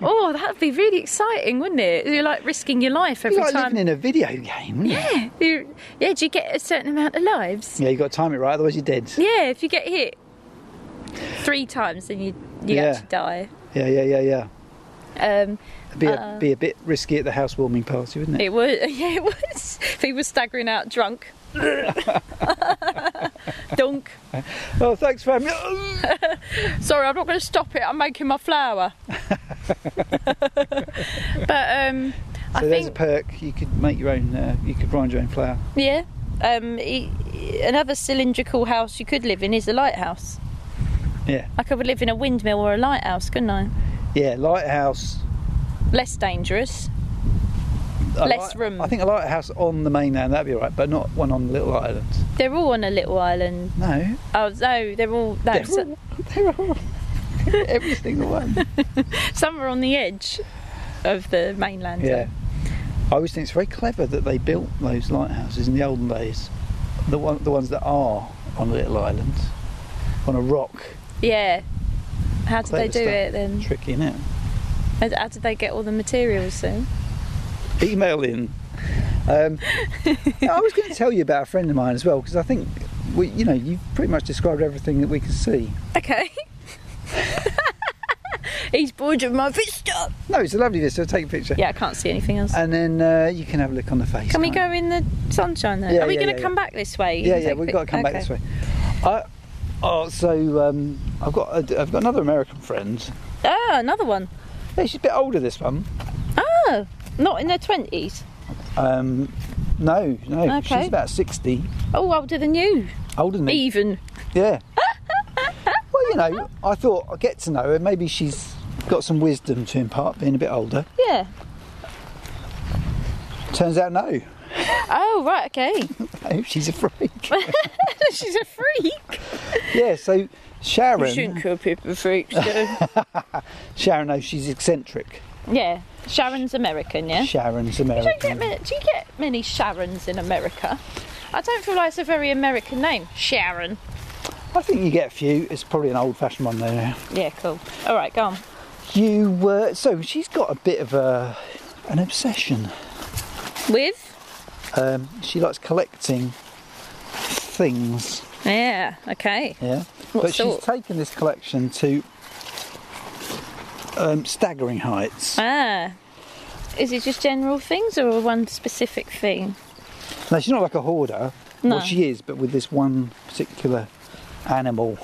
Speaker 1: oh, that'd be really exciting, wouldn't it? You're like risking your life every
Speaker 2: It's like
Speaker 1: time.
Speaker 2: living in a video game. Yeah.
Speaker 1: You- yeah, do you get a certain amount of lives?
Speaker 2: Yeah, you got to time it right, otherwise you're dead.
Speaker 1: Yeah, if you get hit three times, then you you
Speaker 2: Yeah.
Speaker 1: actually die.
Speaker 2: Yeah, yeah, yeah, yeah.
Speaker 1: Um,
Speaker 2: It'd be, a, be a bit risky at the housewarming party, wouldn't it?
Speaker 1: it was yeah, it was. People staggering out drunk. Dunk.
Speaker 2: Oh, thanks, family.
Speaker 1: sorry, I'm not going to stop it. I'm making my flour. but um, I
Speaker 2: So there's
Speaker 1: think-
Speaker 2: a perk. You could make your own. Uh, you could grind your own flour.
Speaker 1: Yeah. Um, e- another cylindrical house you could live in is a lighthouse.
Speaker 2: Yeah.
Speaker 1: I could live in a windmill or a lighthouse, couldn't I?
Speaker 2: Yeah. Lighthouse.
Speaker 1: Less dangerous.
Speaker 2: a
Speaker 1: Less room.
Speaker 2: I think a lighthouse on the mainland that'd be all right, but not one on little islands.
Speaker 1: They're all on a little island.
Speaker 2: No.
Speaker 1: Oh no, they're all. No,
Speaker 2: They're
Speaker 1: so-
Speaker 2: all- they're all- Every single one.
Speaker 1: some are on the edge of the mainland.
Speaker 2: Yeah. I always think it's very clever that they built those lighthouses in the olden days. The one, the ones that are on little islands, on a rock.
Speaker 1: Yeah. How did they
Speaker 2: Clever
Speaker 1: do
Speaker 2: stuff.
Speaker 1: it then?
Speaker 2: Tricky, is
Speaker 1: How how did they get all the materials then?
Speaker 2: email in. Um, I was going to tell you about a friend of mine as well because I think we, you know, you've pretty much described everything that we can see.
Speaker 1: Okay. He's bored of my vista.
Speaker 2: No, it's a lovely vista. Take a picture,
Speaker 1: Yeah, I can't see anything else.
Speaker 2: and then uh, you can have a look on the face.
Speaker 1: Can we go
Speaker 2: can't
Speaker 1: in the sunshine then?
Speaker 2: Yeah,
Speaker 1: Are we
Speaker 2: yeah,
Speaker 1: going to
Speaker 2: yeah,
Speaker 1: come back this way?
Speaker 2: you? Yeah, yeah, we've got to come back this way. I, oh, so um, I've got a, I've got another American friend.
Speaker 1: Oh, another one.
Speaker 2: Yeah, she's a bit older. This one.
Speaker 1: Oh, not in their twenties.
Speaker 2: Um, no, no,
Speaker 1: Okay.
Speaker 2: she's about sixty.
Speaker 1: Oh, older than you,
Speaker 2: Older than me.
Speaker 1: even.
Speaker 2: Yeah. well, you know, I thought I'd get to know her. Maybe she's got some wisdom to impart, being a bit older.
Speaker 1: Yeah.
Speaker 2: Turns out, no.
Speaker 1: Oh, right. Okay.
Speaker 2: No, she's a freak.
Speaker 1: She's a freak.
Speaker 2: yeah, so
Speaker 1: You shouldn't
Speaker 2: Sharon.
Speaker 1: call people freaks. though.
Speaker 2: Sharon, no, she's eccentric.
Speaker 1: yeah. Sharon's American. Yeah.
Speaker 2: Sharon's
Speaker 1: You don't get
Speaker 2: American.
Speaker 1: many, do you get many Sharons in America? I don't feel like it's a very American name. Sharon.
Speaker 2: I think you get a few. It's probably an old fashioned one, though. now.
Speaker 1: Yeah, cool. All right, go on.
Speaker 2: You were. so she's got a bit of a. An obsession.
Speaker 1: With?
Speaker 2: Um, she likes collecting things.
Speaker 1: Yeah, okay.
Speaker 2: Yeah.
Speaker 1: What
Speaker 2: but
Speaker 1: sort?
Speaker 2: she's taken this collection to um, staggering heights.
Speaker 1: Ah. Is it just general things or one specific thing?
Speaker 2: Now she's not like a hoarder.
Speaker 1: No.
Speaker 2: Well, she is, but with this one particular animal.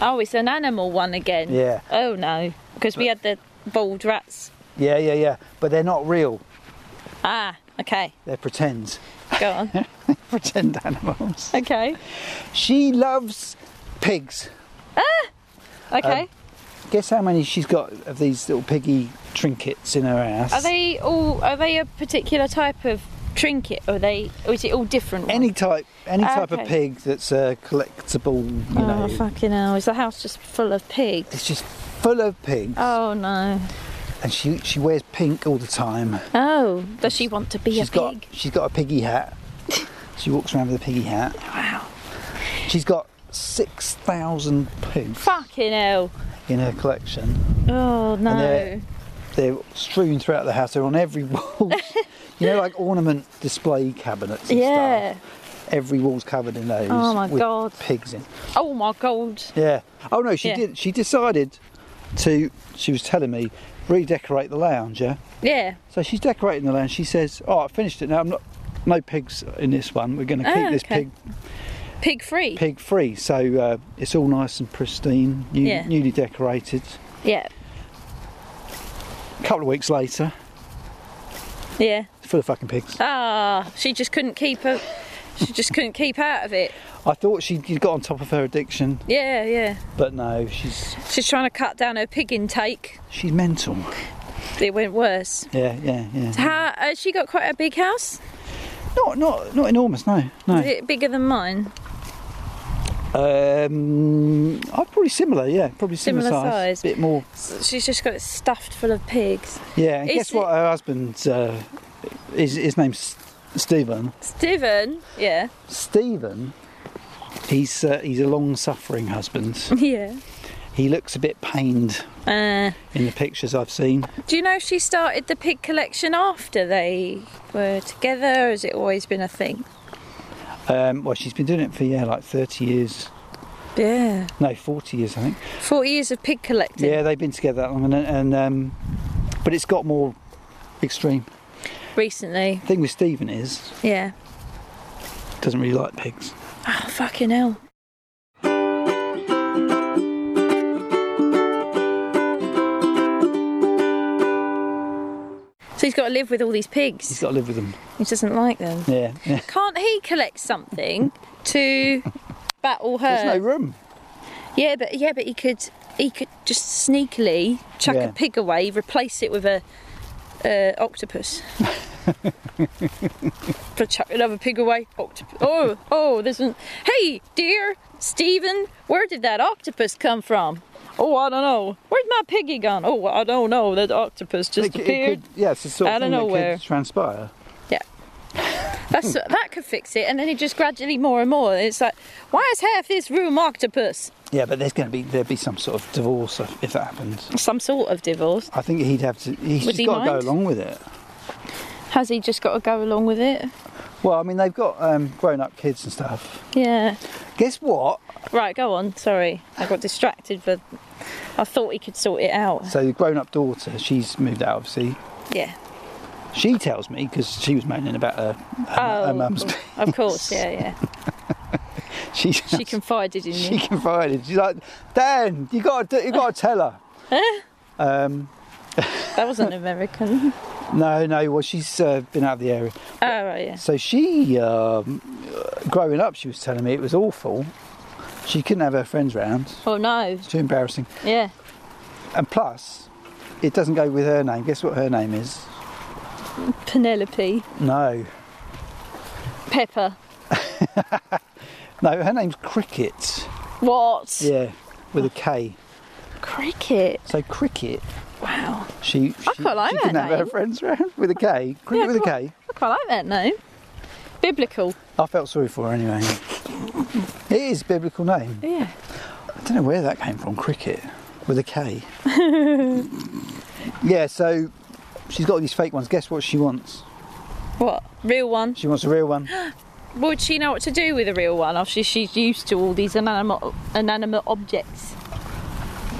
Speaker 1: Oh, it's an animal one again.
Speaker 2: Yeah.
Speaker 1: Oh no, because we had the bald rats.
Speaker 2: Yeah, yeah, yeah. But they're not real.
Speaker 1: Ah, okay.
Speaker 2: They're pretend.
Speaker 1: Go on.
Speaker 2: pretend animals.
Speaker 1: okay.
Speaker 2: She loves pigs.
Speaker 1: Okay.
Speaker 2: Um, Guess how many she's got of these little piggy trinkets in her house?
Speaker 1: are they all? Are they a particular type of trinket? Or are they? Or is it all different? ones?
Speaker 2: any type, any
Speaker 1: Ah,
Speaker 2: type of
Speaker 1: okay.
Speaker 2: pig that's a collectible. You
Speaker 1: Oh
Speaker 2: know,
Speaker 1: fucking hell! Is the house just full of pigs?
Speaker 2: it's just full of pigs,
Speaker 1: Oh no.
Speaker 2: and she she wears pink all the time.
Speaker 1: Oh, does she want to be
Speaker 2: She's
Speaker 1: a
Speaker 2: got
Speaker 1: pig?
Speaker 2: she's got a piggy hat. she walks around with a piggy hat.
Speaker 1: Wow.
Speaker 2: She's got six thousand pigs
Speaker 1: Fucking hell!
Speaker 2: in her collection.
Speaker 1: Oh no.
Speaker 2: they're- They're strewn throughout the house. They're on every wall. you know, like ornament display cabinets. And
Speaker 1: Yeah.
Speaker 2: Stuff. Every wall's covered in those.
Speaker 1: Oh, my
Speaker 2: with
Speaker 1: God.
Speaker 2: Pigs in.
Speaker 1: Oh my god.
Speaker 2: Yeah. Oh no, she
Speaker 1: Yeah.
Speaker 2: did. She decided to. She was telling me redecorate the lounge. Yeah.
Speaker 1: Yeah.
Speaker 2: So she's decorating the lounge. She says, "Oh, I finished it now. I'm not. No pigs in this one. We're going to
Speaker 1: Ah,
Speaker 2: keep this
Speaker 1: okay.
Speaker 2: pig
Speaker 1: Pig free.
Speaker 2: pig free. So uh, it's all nice and pristine, new,
Speaker 1: Yeah.
Speaker 2: newly decorated.
Speaker 1: Yeah.
Speaker 2: A couple of weeks later,
Speaker 1: Yeah.
Speaker 2: it's full of fucking pigs.
Speaker 1: Ah, she just couldn't keep her. She just couldn't keep out of it.
Speaker 2: I thought she'd got on top of her addiction,
Speaker 1: Yeah, yeah.
Speaker 2: but no, she's
Speaker 1: She's trying to cut down her pig intake.
Speaker 2: she's mental.
Speaker 1: It went worse.
Speaker 2: Yeah, yeah, yeah.
Speaker 1: How, uh, she got quite a big house.
Speaker 2: Not not not enormous. No,
Speaker 1: Is
Speaker 2: no.
Speaker 1: it bigger than mine?
Speaker 2: Um, i probably similar. Yeah, probably similar,
Speaker 1: Similar
Speaker 2: size.
Speaker 1: size.
Speaker 2: Bit more.
Speaker 1: S- She's just got it stuffed full of pigs.
Speaker 2: Yeah. And
Speaker 1: Is
Speaker 2: guess what? Her husband's uh, his his name's Stephen.
Speaker 1: Stephen, yeah,
Speaker 2: Stephen. He's uh, he's a long suffering husband.
Speaker 1: yeah.
Speaker 2: he looks a bit pained
Speaker 1: Uh,
Speaker 2: in the pictures I've seen.
Speaker 1: do you know if she started the pig collection after they were together? Or has it always been a thing?
Speaker 2: Um, well, she's been doing it for yeah, like thirty years.
Speaker 1: Yeah,
Speaker 2: No, forty years, I think.
Speaker 1: forty years of pig collecting.
Speaker 2: Yeah, they've been together that long, and, and um, but it's got more extreme.
Speaker 1: Recently,
Speaker 2: The thing with Stephen is
Speaker 1: yeah.
Speaker 2: doesn't really like pigs.
Speaker 1: Oh fucking hell. So he's got to live with all these
Speaker 2: He's
Speaker 1: pigs.
Speaker 2: got to live with them.
Speaker 1: He doesn't like them.
Speaker 2: Yeah. yeah.
Speaker 1: Can't he collect something to battle her?
Speaker 2: There's no room.
Speaker 1: Yeah, but yeah, but he could he could just sneakily chuck
Speaker 2: Yeah.
Speaker 1: a pig away, replace it with a uh, octopus. For chuck another pig away, octopus. Oh, oh, this one. Hey, dear Stephen, where did that octopus come from? Oh, I don't know. Where's my piggy gone? Oh, I don't know. That octopus just
Speaker 2: It c- it
Speaker 1: appeared.
Speaker 2: could- yeah, it's the sort
Speaker 1: out
Speaker 2: of
Speaker 1: of
Speaker 2: thing that
Speaker 1: nowhere.
Speaker 2: could transpire.
Speaker 1: Yeah. That's, that could fix it, and then it just gradually more and more. It's like, why is half this room octopus?
Speaker 2: Yeah, but there's going to be there'd be some sort of divorce if, if that happens.
Speaker 1: Some sort of divorce.
Speaker 2: I think he'd have to. He's
Speaker 1: Would
Speaker 2: just
Speaker 1: he
Speaker 2: got to
Speaker 1: mind?
Speaker 2: go along with it.
Speaker 1: Has he just got to go along with it?
Speaker 2: Well, I mean, they've got um, grown-up kids and stuff.
Speaker 1: Yeah.
Speaker 2: Guess what?
Speaker 1: Right, go on. Sorry, I got distracted, but I thought he could sort it out.
Speaker 2: So the grown-up daughter, she's moved out, obviously.
Speaker 1: Yeah.
Speaker 2: She tells me because she was moaning about her, her,
Speaker 1: Oh.
Speaker 2: her mum's.
Speaker 1: Of course, yeah, yeah.
Speaker 2: She
Speaker 1: She confided in
Speaker 2: she
Speaker 1: you.
Speaker 2: confided. She's like, Dan, you got to you got to tell her. um,
Speaker 1: That wasn't American.
Speaker 2: no, no. Well, she's uh, been out of the area.
Speaker 1: Oh, right, yeah.
Speaker 2: So she, um, uh, growing up, she was telling me it was awful. She couldn't have her friends round.
Speaker 1: Oh, no.
Speaker 2: Too embarrassing.
Speaker 1: Yeah.
Speaker 2: And plus, it doesn't go with her name. Guess what her name is?
Speaker 1: Penelope.
Speaker 2: No,
Speaker 1: Pepper.
Speaker 2: no. Her name's Cricket.
Speaker 1: What?
Speaker 2: Yeah, with a K.
Speaker 1: Cricket.
Speaker 2: So Cricket.
Speaker 1: Wow.
Speaker 2: She.
Speaker 1: I
Speaker 2: she,
Speaker 1: quite like
Speaker 2: she
Speaker 1: that
Speaker 2: couldn't have her
Speaker 1: name.
Speaker 2: friends round with a K. Cricket with a
Speaker 1: quite-
Speaker 2: K.
Speaker 1: I quite like that name. Biblical.
Speaker 2: I felt sorry for her anyway. it is a biblical name.
Speaker 1: Yeah.
Speaker 2: I don't know where that came from, cricket with a K. yeah, so she's got all these fake ones. Guess what she wants?
Speaker 1: What? Real one.
Speaker 2: She wants a real one.
Speaker 1: Would she know what to do with a real one after she's used to all these inanimate, inanimate objects?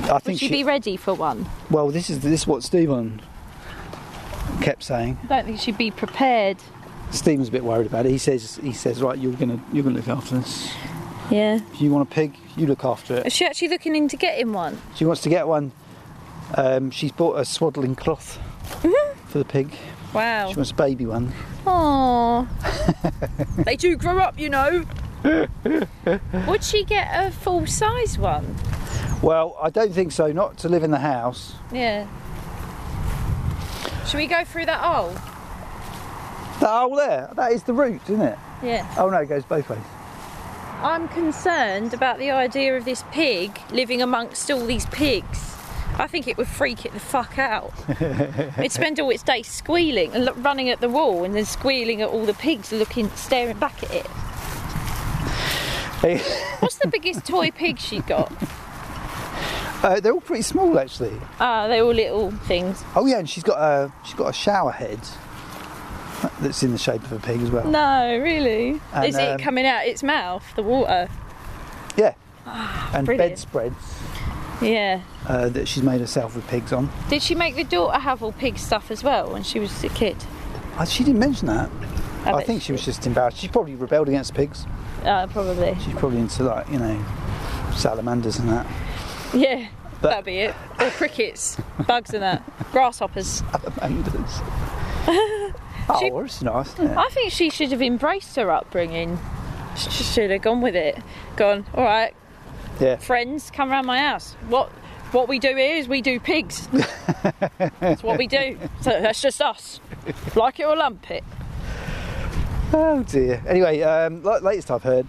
Speaker 2: I
Speaker 1: Would
Speaker 2: think
Speaker 1: she,
Speaker 2: she.
Speaker 1: be ready for one?
Speaker 2: well, this is this is what Stephen kept saying.
Speaker 1: I don't think she'd be prepared.
Speaker 2: Stephen's a bit worried about it. He says he says right, you're gonna you're gonna look after this.
Speaker 1: Yeah.
Speaker 2: If you want a pig, you look after it.
Speaker 1: Is she actually looking into getting one?
Speaker 2: She wants to get one. Um, she's bought a swaddling cloth
Speaker 1: Mm-hmm.
Speaker 2: for the pig.
Speaker 1: Wow.
Speaker 2: She wants a baby one.
Speaker 1: Aww. they do grow up, you know. Would she get a full size one?
Speaker 2: Well, I don't think so. Not to live in the house.
Speaker 1: Yeah. Should we go through that hole?
Speaker 2: That hole there, that is the route, isn't it?
Speaker 1: Yeah.
Speaker 2: Oh no, it goes both ways.
Speaker 1: I'm concerned about the idea of this pig living amongst all these pigs. I think it would freak it the fuck out. It'd spend all its day squealing and lo- running at the wall and then squealing at all the pigs looking, staring back at it. What's the biggest toy pig she got?
Speaker 2: uh, they're all pretty small actually.
Speaker 1: Ah, they're all little things.
Speaker 2: Oh yeah, and she's got a she's got a shower head that's in the shape of a pig as well.
Speaker 1: No, really.
Speaker 2: And,
Speaker 1: Is
Speaker 2: um,
Speaker 1: it coming out its mouth, the water?
Speaker 2: Yeah. and
Speaker 1: Ah, brilliant.
Speaker 2: bedspreads
Speaker 1: Yeah.
Speaker 2: uh, that she's made herself with pigs on.
Speaker 1: Did she make the daughter have all pig stuff as well when she was a kid?
Speaker 2: Uh, she didn't mention that. I,
Speaker 1: bet
Speaker 2: think she was just embarrassed. She probably rebelled against pigs.
Speaker 1: Uh, probably.
Speaker 2: She's probably into like you know salamanders and that.
Speaker 1: Yeah.
Speaker 2: But-
Speaker 1: That'd be it. Or crickets, bugs and that, grasshoppers.
Speaker 2: Salamanders. oh,
Speaker 1: She-
Speaker 2: that's nice. isn't it?
Speaker 1: I think she should have embraced her upbringing. She she should have gone with it. Gone. All right,
Speaker 2: Yeah.
Speaker 1: friends, come round my house. What what we do here is we do pigs. that's what we do. So that's just us. Like it or lump it.
Speaker 2: Oh dear. Anyway, um, la- latest I've heard,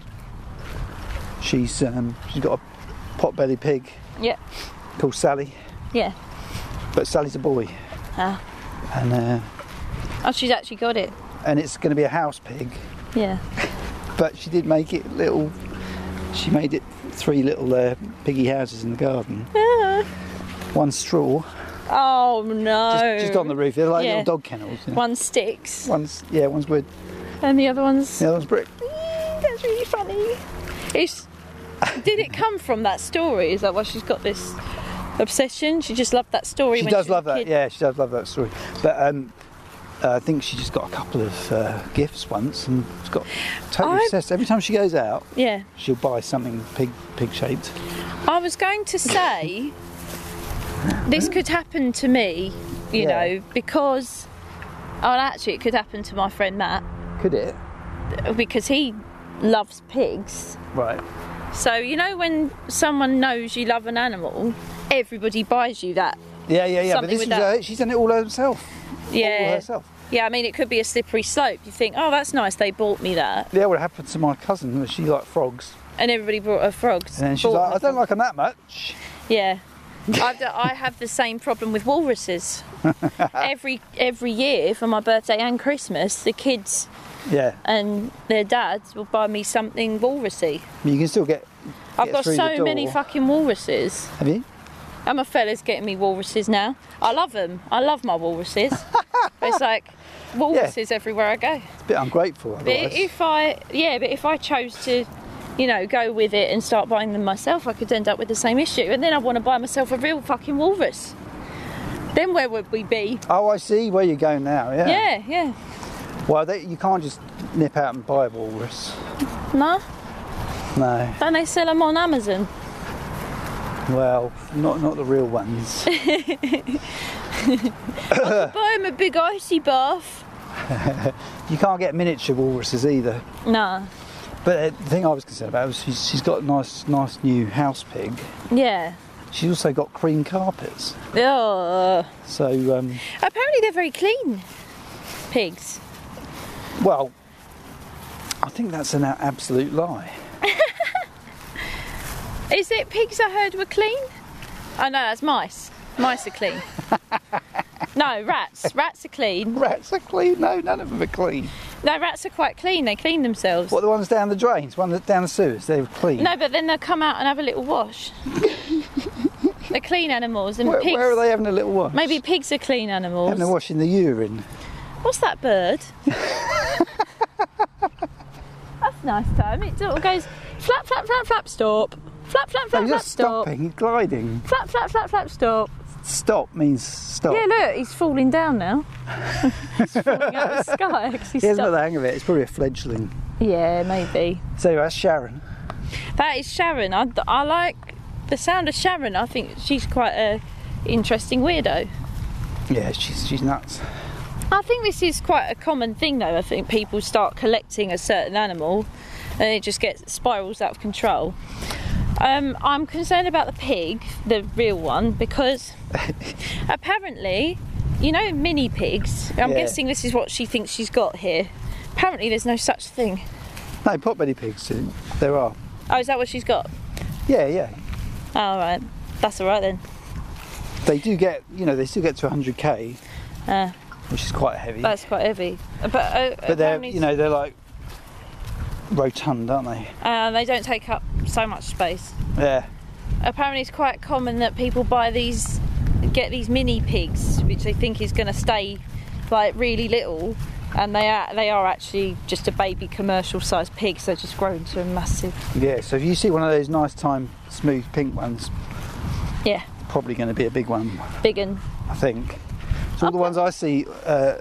Speaker 2: she's um, she's got a pot-bellied pig
Speaker 1: Yeah.
Speaker 2: called Sally,
Speaker 1: Yeah.
Speaker 2: but Sally's a boy,
Speaker 1: Ah.
Speaker 2: and uh,
Speaker 1: Oh, she's actually got it.
Speaker 2: and it's going to be a house pig.
Speaker 1: Yeah.
Speaker 2: But she did make it little. She made it three little uh, piggy houses in the garden. One straw,
Speaker 1: Ah. Oh no.
Speaker 2: just, just on the roof. They're like
Speaker 1: Yeah.
Speaker 2: little dog kennels. you know.
Speaker 1: One sticks
Speaker 2: One's yeah, one's wood,
Speaker 1: and the other one's.
Speaker 2: the other one's brick.
Speaker 1: That's really funny. It's. Did it come from that story? Is that why she's got this obsession? She just loved that story.
Speaker 2: She
Speaker 1: when
Speaker 2: does
Speaker 1: was a
Speaker 2: love that.
Speaker 1: kid.
Speaker 2: Yeah, she does love that story. But um, I think she just got a couple of uh, gifts once and she got totally
Speaker 1: I-
Speaker 2: obsessed. Every time she goes out,
Speaker 1: Yeah.
Speaker 2: she'll buy something pig pig shaped.
Speaker 1: I was going to say this could happen to me, you
Speaker 2: Yeah.
Speaker 1: know, because Oh, and actually, it could happen to my friend Matt
Speaker 2: Could it?
Speaker 1: because he loves pigs.
Speaker 2: Right.
Speaker 1: So, you know, when someone knows you love an animal, everybody buys you that.
Speaker 2: Yeah, yeah, yeah.
Speaker 1: Something
Speaker 2: but this
Speaker 1: with
Speaker 2: was
Speaker 1: that.
Speaker 2: her, she's done it all herself. All
Speaker 1: Yeah.
Speaker 2: herself.
Speaker 1: Yeah, I mean, it could be a slippery slope. You think, oh, that's nice, they bought me that.
Speaker 2: Yeah, what happened to my cousin was she liked frogs,
Speaker 1: And everybody brought her frogs.
Speaker 2: and then
Speaker 1: Bought
Speaker 2: she's like,
Speaker 1: her
Speaker 2: I don't
Speaker 1: frogs.
Speaker 2: like them that much.
Speaker 1: Yeah. I've d- I have the same problem with walruses. every every year for my birthday and Christmas, the kids
Speaker 2: Yeah,
Speaker 1: and their dads will buy me something walrusy.
Speaker 2: I mean, you can still get.
Speaker 1: I've
Speaker 2: get
Speaker 1: got
Speaker 2: through the
Speaker 1: so many
Speaker 2: door.
Speaker 1: fucking walruses.
Speaker 2: Have you?
Speaker 1: And my fella's getting me walruses now. I love them. I love my walruses. But it's like walruses everywhere I go.
Speaker 2: It's a bit ungrateful.
Speaker 1: But
Speaker 2: Otherwise.
Speaker 1: if I, yeah, but if I chose to, you know, go with it and start buying them myself, I could end up with the same issue. And then I want to buy myself a real fucking walrus. Then where would we be?
Speaker 2: Oh, I see where you're going now. Yeah.
Speaker 1: Yeah, yeah.
Speaker 2: Well, they, you can't just nip out and buy a walrus.
Speaker 1: Nah,
Speaker 2: No.
Speaker 1: don't they sell them on Amazon?
Speaker 2: Well, not not the real ones.
Speaker 1: buy them a big icy bath.
Speaker 2: you can't get miniature walruses either.
Speaker 1: Nah,
Speaker 2: But uh, the thing I was concerned about was she's, she's got a nice nice new house pig.
Speaker 1: yeah.
Speaker 2: She's also got cream carpets.
Speaker 1: Ugh.
Speaker 2: So, um,
Speaker 1: Apparently they're very clean. Pigs.
Speaker 2: well, I think that's an a- absolute lie.
Speaker 1: Is it pigs I heard were clean? Oh no, that's mice. Mice are clean. no, rats. Rats are clean.
Speaker 2: Rats are clean. No, none of them are clean.
Speaker 1: No, rats are quite clean. They clean themselves.
Speaker 2: What the ones down the drains, one that down the sewers, they're clean.
Speaker 1: No, but then they'll come out and have a little wash. they're clean animals and
Speaker 2: where,
Speaker 1: pigs.
Speaker 2: where are they having a little wash?
Speaker 1: Maybe pigs are clean animals.
Speaker 2: having a wash in the urine.
Speaker 1: What's that bird? That's nice time. It sort of goes flap, flap, flap, flap, stop. Flap, flap,
Speaker 2: Oh,
Speaker 1: flap,
Speaker 2: you're
Speaker 1: flap, stop.
Speaker 2: stopping, you're gliding.
Speaker 1: Flap, flap, flap, flap, stop.
Speaker 2: Stop means stop.
Speaker 1: Yeah, look, he's falling down now. he's falling out of the sky 'cause he's
Speaker 2: He hasn't got
Speaker 1: stopped.
Speaker 2: the hang of it. It's probably a fledgling.
Speaker 1: Yeah, maybe.
Speaker 2: So that's Sharon.
Speaker 1: That is Sharon. I, I like the sound of Sharon. I think she's quite a interesting weirdo.
Speaker 2: Yeah, she's she's nuts.
Speaker 1: I think this is quite a common thing, though. I think people start collecting a certain animal, and it just gets spirals out of control. Um, I'm concerned about the pig, the real one, because apparently, you know, mini pigs. I'm
Speaker 2: Yeah.
Speaker 1: guessing this is what she thinks she's got here. Apparently, there's no such thing.
Speaker 2: No, potbelly pigs. uh, There are.
Speaker 1: Oh, is that what she's got?
Speaker 2: Yeah, yeah.
Speaker 1: Oh, all right, that's all right then.
Speaker 2: They do get. You know, they still get to 100k,
Speaker 1: Uh,
Speaker 2: which is quite heavy.
Speaker 1: that's quite heavy. But uh,
Speaker 2: but they're,
Speaker 1: apparently-
Speaker 2: you know, they're like rotund, aren't they?
Speaker 1: uh, they don't take up so much space.
Speaker 2: Yeah.
Speaker 1: apparently it's quite common that people buy these get these mini pigs which they think is going to stay like really little and they are they are actually just a baby commercial sized pig so just grow into a massive
Speaker 2: Yeah. So if you see one of those nice, time, smooth pink ones,
Speaker 1: yeah
Speaker 2: probably going to be a big one,
Speaker 1: big and
Speaker 2: I think. So all the ones I see, uh, uh,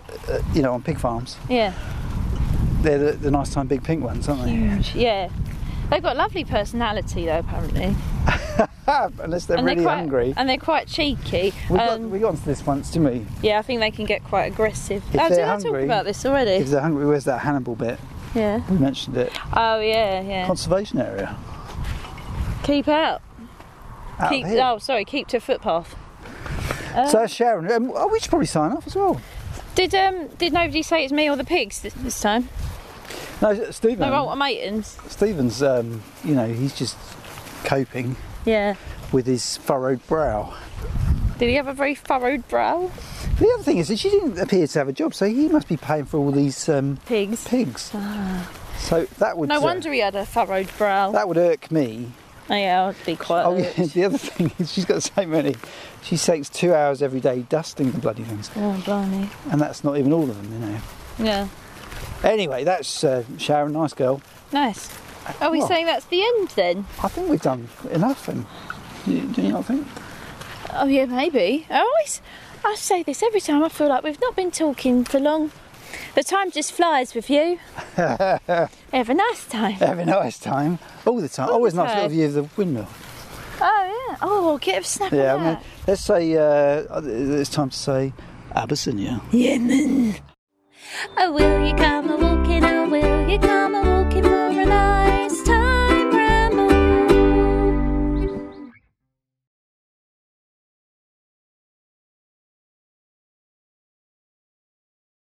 Speaker 2: you know, on pig farms,
Speaker 1: yeah
Speaker 2: they're the, the nice, time, big pink ones, aren't they?
Speaker 1: huge yeah they've got lovely personality though apparently
Speaker 2: Unless they're
Speaker 1: and
Speaker 2: really
Speaker 1: they're quite
Speaker 2: hungry.
Speaker 1: and they're quite cheeky
Speaker 2: We got,
Speaker 1: um,
Speaker 2: we got onto this once, didn't we?
Speaker 1: yeah i think they can get quite aggressive
Speaker 2: If
Speaker 1: oh
Speaker 2: they're
Speaker 1: did i
Speaker 2: hungry-
Speaker 1: talk about this
Speaker 2: If
Speaker 1: already
Speaker 2: they're hungry, where's that Hannibal bit?
Speaker 1: yeah
Speaker 2: We mentioned it.
Speaker 1: oh yeah yeah
Speaker 2: Conservation area.
Speaker 1: keep out,
Speaker 2: Out
Speaker 1: keep
Speaker 2: here.
Speaker 1: oh sorry keep to a footpath
Speaker 2: So that's Sharon. Um, oh, we should probably sign off as well.
Speaker 1: Did um did nobody say it's me or the pigs this, this time?
Speaker 2: No,
Speaker 1: No,
Speaker 2: Stephen.
Speaker 1: um, ultimatums.
Speaker 2: Stephen's, um, you know, he's just coping
Speaker 1: Yeah.
Speaker 2: with his furrowed brow.
Speaker 1: Did he have a very furrowed brow?
Speaker 2: The other thing is that she didn't appear to have a job, so he must be paying for all these um,
Speaker 1: Pigs. Ah.
Speaker 2: pigs. So that would
Speaker 1: No
Speaker 2: uh,
Speaker 1: wonder he had a furrowed brow.
Speaker 2: that would irk me.
Speaker 1: Oh, yeah, I'd be quite.
Speaker 2: Oh, yeah,
Speaker 1: irked.
Speaker 2: the other thing is she's got so many. She takes two hours every day dusting the bloody things,
Speaker 1: Oh, blimey.
Speaker 2: and that's not even all of them, you know.
Speaker 1: Yeah.
Speaker 2: Anyway, that's uh, Sharon, nice girl.
Speaker 1: Nice. Are we
Speaker 2: Well.
Speaker 1: saying that's the end then?
Speaker 2: I think we've done enough, and do you, do you not think?
Speaker 1: Oh yeah, maybe. I always, I say this every time. I feel like we've not been talking for long. The time just flies with you. Have a nice time.
Speaker 2: Have a nice time. All the time.
Speaker 1: All
Speaker 2: Always
Speaker 1: the
Speaker 2: nice little
Speaker 1: time.
Speaker 2: view of the window.
Speaker 1: Oh yeah. Oh, get a snap
Speaker 2: Yeah,
Speaker 1: of
Speaker 2: I
Speaker 1: that.
Speaker 2: mean, let's say, uh, it's time to say Abyssinia.
Speaker 1: Yemen.
Speaker 3: Oh, will you come a walking? Oh, will you come a walking for a night?